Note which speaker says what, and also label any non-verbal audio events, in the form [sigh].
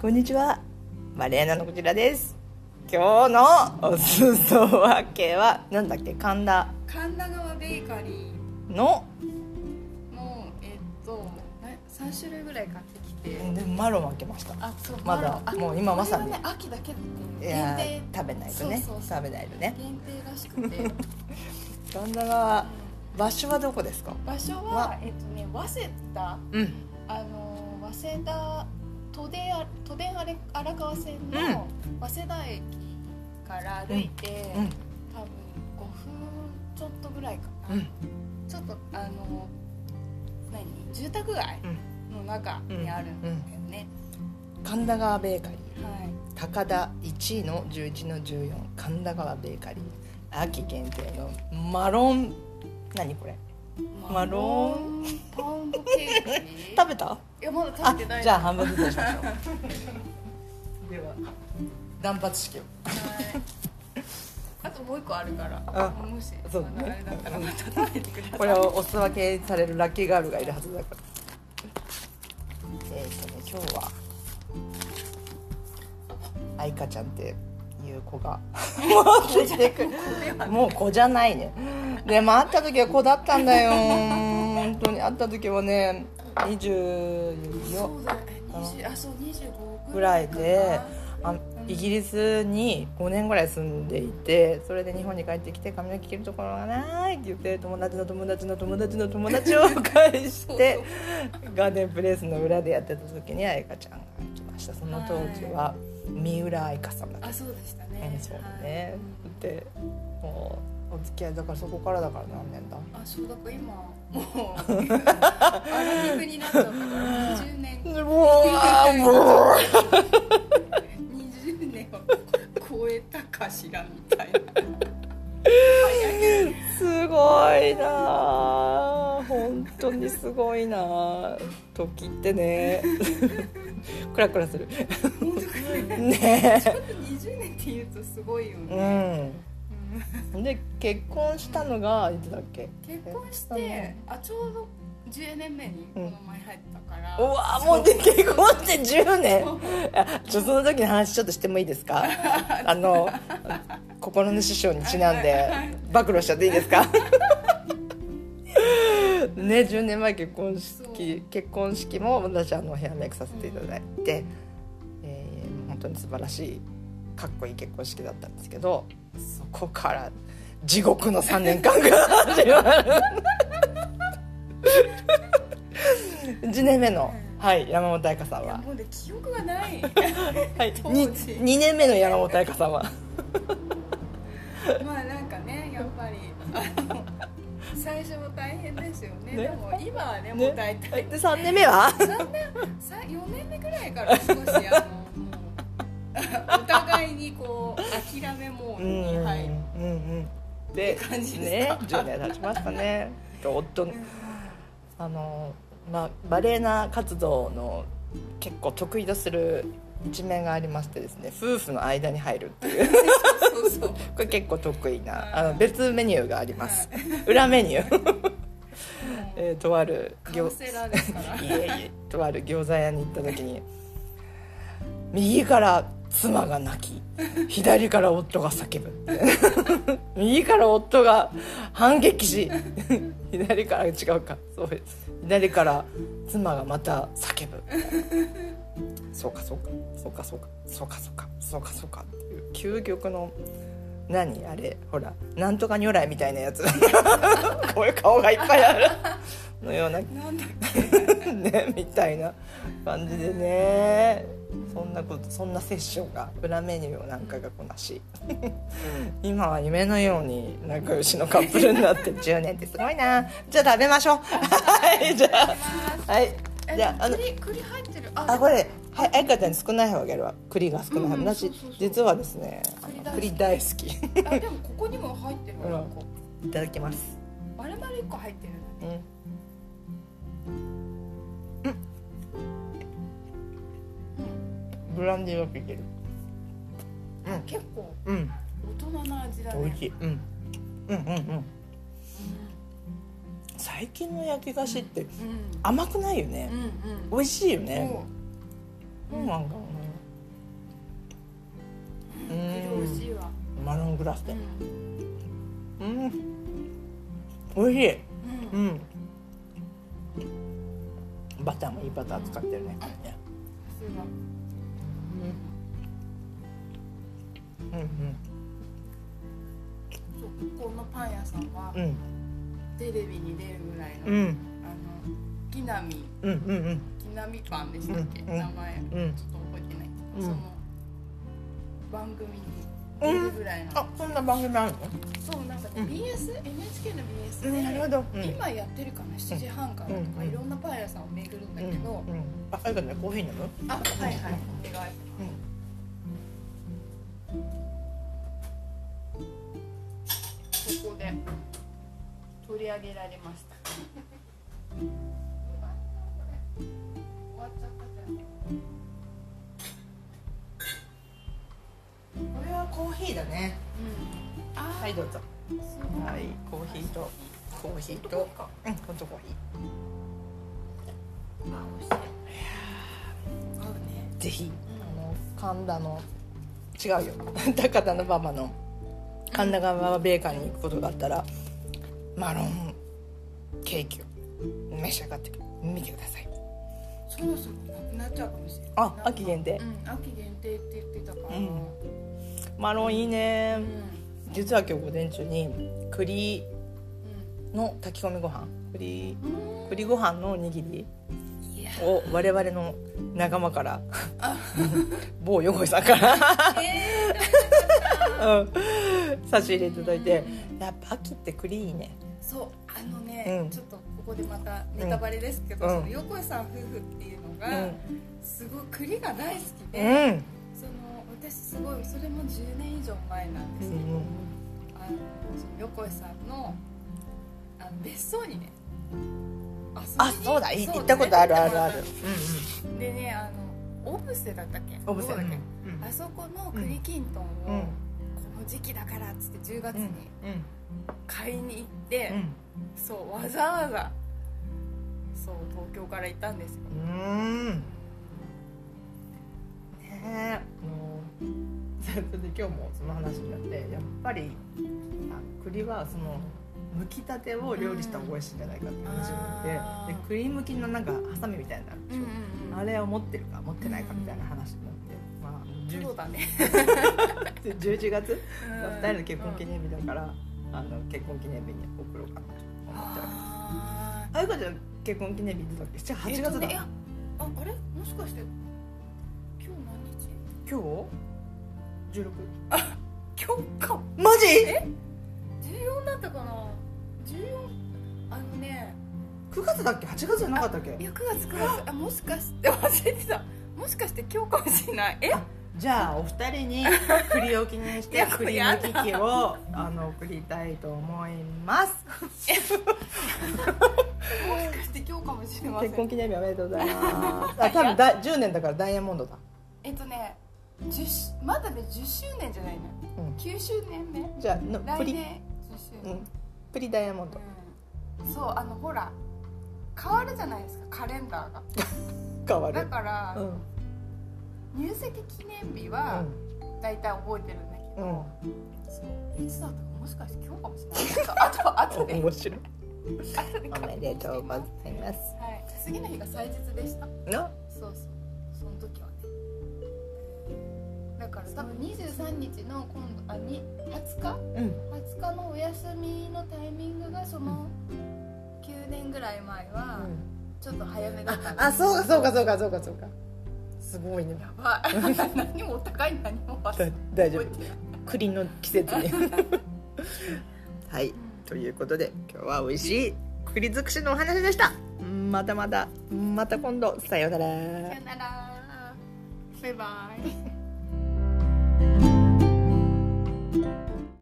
Speaker 1: こんにちはマレーナのこちらです今日のおすそ分けはなんだっけ神田
Speaker 2: 神田川ベーカリ
Speaker 1: の
Speaker 2: ーのえっとな3種類ぐらい買ってきて
Speaker 1: でもマロン開けました
Speaker 2: あそう
Speaker 1: まだ
Speaker 2: あ
Speaker 1: もう今まさに
Speaker 2: これはね秋だけって
Speaker 1: い
Speaker 2: いう
Speaker 1: や
Speaker 2: 限定
Speaker 1: ー食べないとね
Speaker 2: そうそうそう
Speaker 1: 食べないとね
Speaker 2: 限定らしくて
Speaker 1: [laughs] 神田川場所はどこですか
Speaker 2: 場所
Speaker 1: わ
Speaker 2: はえっとね早稲田
Speaker 1: うん
Speaker 2: あの早稲田都電あ都電あれ荒川線
Speaker 1: う
Speaker 2: の早稲田駅から歩いて、
Speaker 1: う
Speaker 2: 多分5
Speaker 1: ん
Speaker 2: 分ちょっとぐらいかな、
Speaker 1: うん
Speaker 2: ちょっとあの何住宅街の中にあるんだよね、
Speaker 1: 神田川ベーカリー
Speaker 2: はい
Speaker 1: 高田1位の11の14神田川ベーカリー秋限定のマロン何これマロ
Speaker 2: ンパウンドケーキ
Speaker 1: 食べた
Speaker 2: いやまだ
Speaker 1: あ
Speaker 2: 食べてない
Speaker 1: じゃあ半分ずつにしましょ
Speaker 2: [laughs]
Speaker 1: うでは断髪式を
Speaker 2: はいあともう一個あるから
Speaker 1: あ
Speaker 2: もし
Speaker 1: そう
Speaker 2: あのあれだったらまた食べてください
Speaker 1: これをおす分けされるラッキーガールがいるはずだからえっ、とね今日は愛花ちゃんっていう子が持ってきてくるもう子じゃないねでも会った時は子だったんだよ本当に会った時はね24
Speaker 2: そうだよね20あそう25
Speaker 1: ぐらいで
Speaker 2: か
Speaker 1: あイギリスに5年ぐらい住んでいてそれで日本に帰ってきて髪の毛切るところがないって言って友達の友達の友達の友達を返してガーデンプレイスの裏でやってた時に愛花ちゃんが来ましたその当時は三浦愛花さんだっ
Speaker 2: な
Speaker 1: た、
Speaker 2: あそうでした
Speaker 1: う
Speaker 2: ね
Speaker 1: んそう
Speaker 2: はい
Speaker 1: ねでもうお付き合いだからそこからだから何年だ
Speaker 2: あそうだから今
Speaker 1: [laughs]
Speaker 2: もうアラフィフになっちゃったから20年
Speaker 1: うわーもう
Speaker 2: 20年を超えたかしらみたいな早いね
Speaker 1: すごいなあ本当にすごいなあ時ってね [laughs] クラクラする
Speaker 2: 本当かね
Speaker 1: ね
Speaker 2: ちょっと20年って言うとすごいよね、
Speaker 1: え
Speaker 2: うん
Speaker 1: うんで結婚したのがいつだっけ
Speaker 2: 結婚してあちょうど10年目にこの前入ったから、
Speaker 1: うわあもうで結婚して10年
Speaker 2: そう
Speaker 1: あちょその時の話ちょっとしてもいいですかあの心の師匠にちなんで暴露しちゃっていいです
Speaker 2: [laughs]
Speaker 1: かね10年前結婚式
Speaker 2: そ
Speaker 1: 結婚式も私あのヘアメイクさせていただいて、えー本当に素晴らしいかっこいい結婚式だったんですけどそこから地獄の3年間が始ま [laughs] る1年目の、はい、山本彩香さん
Speaker 2: いや
Speaker 1: は
Speaker 2: もうね記憶がない
Speaker 1: [laughs] はい、
Speaker 2: 当
Speaker 1: に
Speaker 2: 時
Speaker 1: 2年目の山本彩香さんは
Speaker 2: まあなんかねやっぱりあの最初も大変ですよね
Speaker 1: ね
Speaker 2: でも今はね
Speaker 1: ね
Speaker 2: もう大
Speaker 1: で
Speaker 2: 体
Speaker 1: 3年目は
Speaker 2: 4年目ぐらいから少しあのもうお互いにこう諦めモードに入る、
Speaker 1: うんうんで
Speaker 2: 感じです
Speaker 1: ね
Speaker 2: か
Speaker 1: 10年経ちましたねで夫のあの、まあ、バレエナ活動の結構得意とする一面がありましてですね夫婦の間に入るっていう
Speaker 2: そうそう
Speaker 1: これ結構得意なあ
Speaker 2: はい
Speaker 1: の別メニューがあります裏メニュー、
Speaker 2: もう
Speaker 1: [laughs] えーとある
Speaker 2: カウ
Speaker 1: 業
Speaker 2: ンセラーですから
Speaker 1: いえいえとある餃子屋に行った時に右から妻が泣き左から夫が叫ぶ右から夫が反撃し左から違うかそうです左から妻がまた叫ぶそうかそうかそうかそうかそうかそうかそうかそうかっていう究極の何あれほらなんとか如来みたいなやつ [laughs] こういう顔がいっぱいあるのような
Speaker 2: なんだっ
Speaker 1: [laughs] ねみたいな感じでねそんなことそんなセッションが裏メニューを何回かこなし今は夢のように仲良しのカップルになって10年って [laughs] すごいなじゃあ食べましょう [laughs] はいじゃあはい
Speaker 2: け
Speaker 1: じゃああの
Speaker 2: 栗栗入ってるあ
Speaker 1: あこれはいあいかちゃんに少ない方がやるわ栗が少ない方、
Speaker 2: うんうん
Speaker 1: 私
Speaker 2: そうそうそう
Speaker 1: 実はですねあの栗
Speaker 2: 栗
Speaker 1: 大好きい
Speaker 2: あでもここにも入ってるわ、
Speaker 1: うん
Speaker 2: こう [laughs]
Speaker 1: ただきます
Speaker 2: 丸々一個入ってるんだ
Speaker 1: うんうんブランデーが効いてるうん
Speaker 2: 結構
Speaker 1: うん
Speaker 2: 大人な味だね
Speaker 1: 美味しい、うん、うんうんうん最近の焼き菓子って
Speaker 2: うん
Speaker 1: 甘くないよね
Speaker 2: う、んうん
Speaker 1: 美味しいよね、
Speaker 2: もう
Speaker 1: そうなんだろう
Speaker 2: 味しいわ
Speaker 1: マロングラス
Speaker 2: う
Speaker 1: で
Speaker 2: ん
Speaker 1: うん美味しい
Speaker 2: うん
Speaker 1: うんバターもいいバター使ってるねこれね
Speaker 2: すごい
Speaker 1: うん
Speaker 2: そうここのパン屋さんは
Speaker 1: うん
Speaker 2: テレビに出るぐらいの、
Speaker 1: うんうん
Speaker 2: あの木南木
Speaker 1: うんうん
Speaker 2: 南パンでしたっけ、
Speaker 1: うんうん
Speaker 2: 名前ちょっと覚え
Speaker 1: うん
Speaker 2: てないけど、そ
Speaker 1: うん
Speaker 2: の番組に出るぐらいの、
Speaker 1: あそんな番組ある
Speaker 2: そうなんかね、
Speaker 1: うん
Speaker 2: BS NHK の BS で、
Speaker 1: のなるほどうん
Speaker 2: 今やってるかな7時半からとか、
Speaker 1: うん
Speaker 2: いろんなパン屋さんを巡るんだ
Speaker 1: うん
Speaker 2: けど、
Speaker 1: うんあ最後ねコーヒー飲む
Speaker 2: あはいはいお願いここで取り上げられました。終わっちゃったじ
Speaker 1: これはコーヒーだね
Speaker 2: ゃん。うん。あー、
Speaker 1: はいどうぞ
Speaker 2: すごい。
Speaker 1: はいコーヒーとコーヒーとうんホットコーヒ
Speaker 2: あ、美味しい。合うね。
Speaker 1: ーぜひあの神田の違うよ [laughs] 高田の馬場の神田川ベーカリーに行くことがあったらマロンケーキを召し上がってみてください
Speaker 2: そろそろなくなっちゃうかもしれない。
Speaker 1: あ秋限定
Speaker 2: うん、秋限定って言ってたから。
Speaker 1: うんマロンいいね
Speaker 2: うん。
Speaker 1: 実は今日午前中に栗の炊き込みご飯栗
Speaker 2: うん。
Speaker 1: 栗ご飯のおにぎり
Speaker 2: いや。
Speaker 1: を我々の仲間から [laughs] 某横井さんから、
Speaker 2: え
Speaker 1: [laughs] うん差し入れいただいてやっぱ秋って栗いいね
Speaker 2: ーそう、あのね、
Speaker 1: うん
Speaker 2: ちょっとここでまたネタバレですけど、
Speaker 1: うん
Speaker 2: その横井さん夫婦っていうの
Speaker 1: う
Speaker 2: が、
Speaker 1: ん
Speaker 2: すごい栗が大好きで、
Speaker 1: うん
Speaker 2: その私すごいそれも10年以上前なんですけど、あのその横井さんのあの別荘にね遊びに
Speaker 1: あそうだい
Speaker 2: そ
Speaker 1: 行ったことあるあるある
Speaker 2: でねあのオブセだったっけ
Speaker 1: うんうんオブセ
Speaker 2: どうだっけ
Speaker 1: うん
Speaker 2: あそこの栗きんとんを、
Speaker 1: うん
Speaker 2: この時期だからっつって10月
Speaker 1: うん
Speaker 2: に買いに行って、
Speaker 1: うん
Speaker 2: そうわざわざそう東京から行ったんですよ
Speaker 1: うんねえもうそれで今日もその話になってやっぱりあ栗はその剥きたてを料理した方が美味しいんじゃないかって話にな
Speaker 2: あ
Speaker 1: って
Speaker 2: ー
Speaker 1: で栗剥きのなんかハサミみたいなのあるでしょあ
Speaker 2: あれ
Speaker 1: れを持ってるか持ってないかみたいな話になって、まあ
Speaker 2: プロだね
Speaker 1: 10 11月
Speaker 2: 2
Speaker 1: 2人の結婚記念日だからあの結婚記念日に送ろうかなと思っております
Speaker 2: あ
Speaker 1: あゆかちゃん結婚記念日ってだっけじゃ
Speaker 2: ー
Speaker 1: 8月
Speaker 2: え
Speaker 1: だ、
Speaker 2: っとねいやああれもしかして今
Speaker 1: 今日
Speaker 2: 日
Speaker 1: ?16
Speaker 2: 何日今日か
Speaker 1: マジ
Speaker 2: え14だったかな14あのね
Speaker 1: ?9 月だっけ8月じゃなかったっけ
Speaker 2: いや9月9月あもしかして忘れてたもしかして今日かもしれないえ
Speaker 1: じゃあお二
Speaker 2: [laughs]
Speaker 1: 人に栗を記念し
Speaker 2: い
Speaker 1: て
Speaker 2: やこれ
Speaker 1: 栗
Speaker 2: や
Speaker 1: の
Speaker 2: だ
Speaker 1: 機器をあの送りたいと思います
Speaker 2: もしかして今日かもしれませ
Speaker 1: 結婚
Speaker 2: ん
Speaker 1: 記念日おめでとうございますあ多分だ10年だからダイヤモンドだ
Speaker 2: えっとね10しまだね10周年じゃないの
Speaker 1: うん
Speaker 2: 9周年目
Speaker 1: じゃあのプ
Speaker 2: 来
Speaker 1: リ、
Speaker 2: 年10周
Speaker 1: う
Speaker 2: 年、
Speaker 1: ん、プリダイヤモンド
Speaker 2: うんそうあのほら変わるじゃないですかカレンダーが
Speaker 1: 変わる
Speaker 2: だから、
Speaker 1: うん
Speaker 2: 入籍記念日は大体覚えてるんだけ
Speaker 1: う
Speaker 2: ど、
Speaker 1: ん、
Speaker 2: そういつだったかもしかして今日かもし
Speaker 1: [laughs]
Speaker 2: れないちょっとあとあと
Speaker 1: うん、
Speaker 2: で
Speaker 1: 面白い
Speaker 2: 後で
Speaker 1: おめでとうございます
Speaker 2: はい次の日が祭日でした
Speaker 1: の
Speaker 2: そうそうその時はねだから多分23日の今度あに20日
Speaker 1: うん
Speaker 2: 20日のお休みのタイミングがその9年ぐらい前はちょっと早めだったんです
Speaker 1: あそうかそうかそうかそうかそうかすごいね
Speaker 2: やばい [laughs] 何もお高い何も忘
Speaker 1: だ
Speaker 2: れて
Speaker 1: 大丈夫
Speaker 2: 覚えてない
Speaker 1: 栗の季節
Speaker 2: [laughs]
Speaker 1: にはいということで今日は美味しい栗尽くしのお話でしたまたまたまた今度さようなら
Speaker 2: さよならバイバイ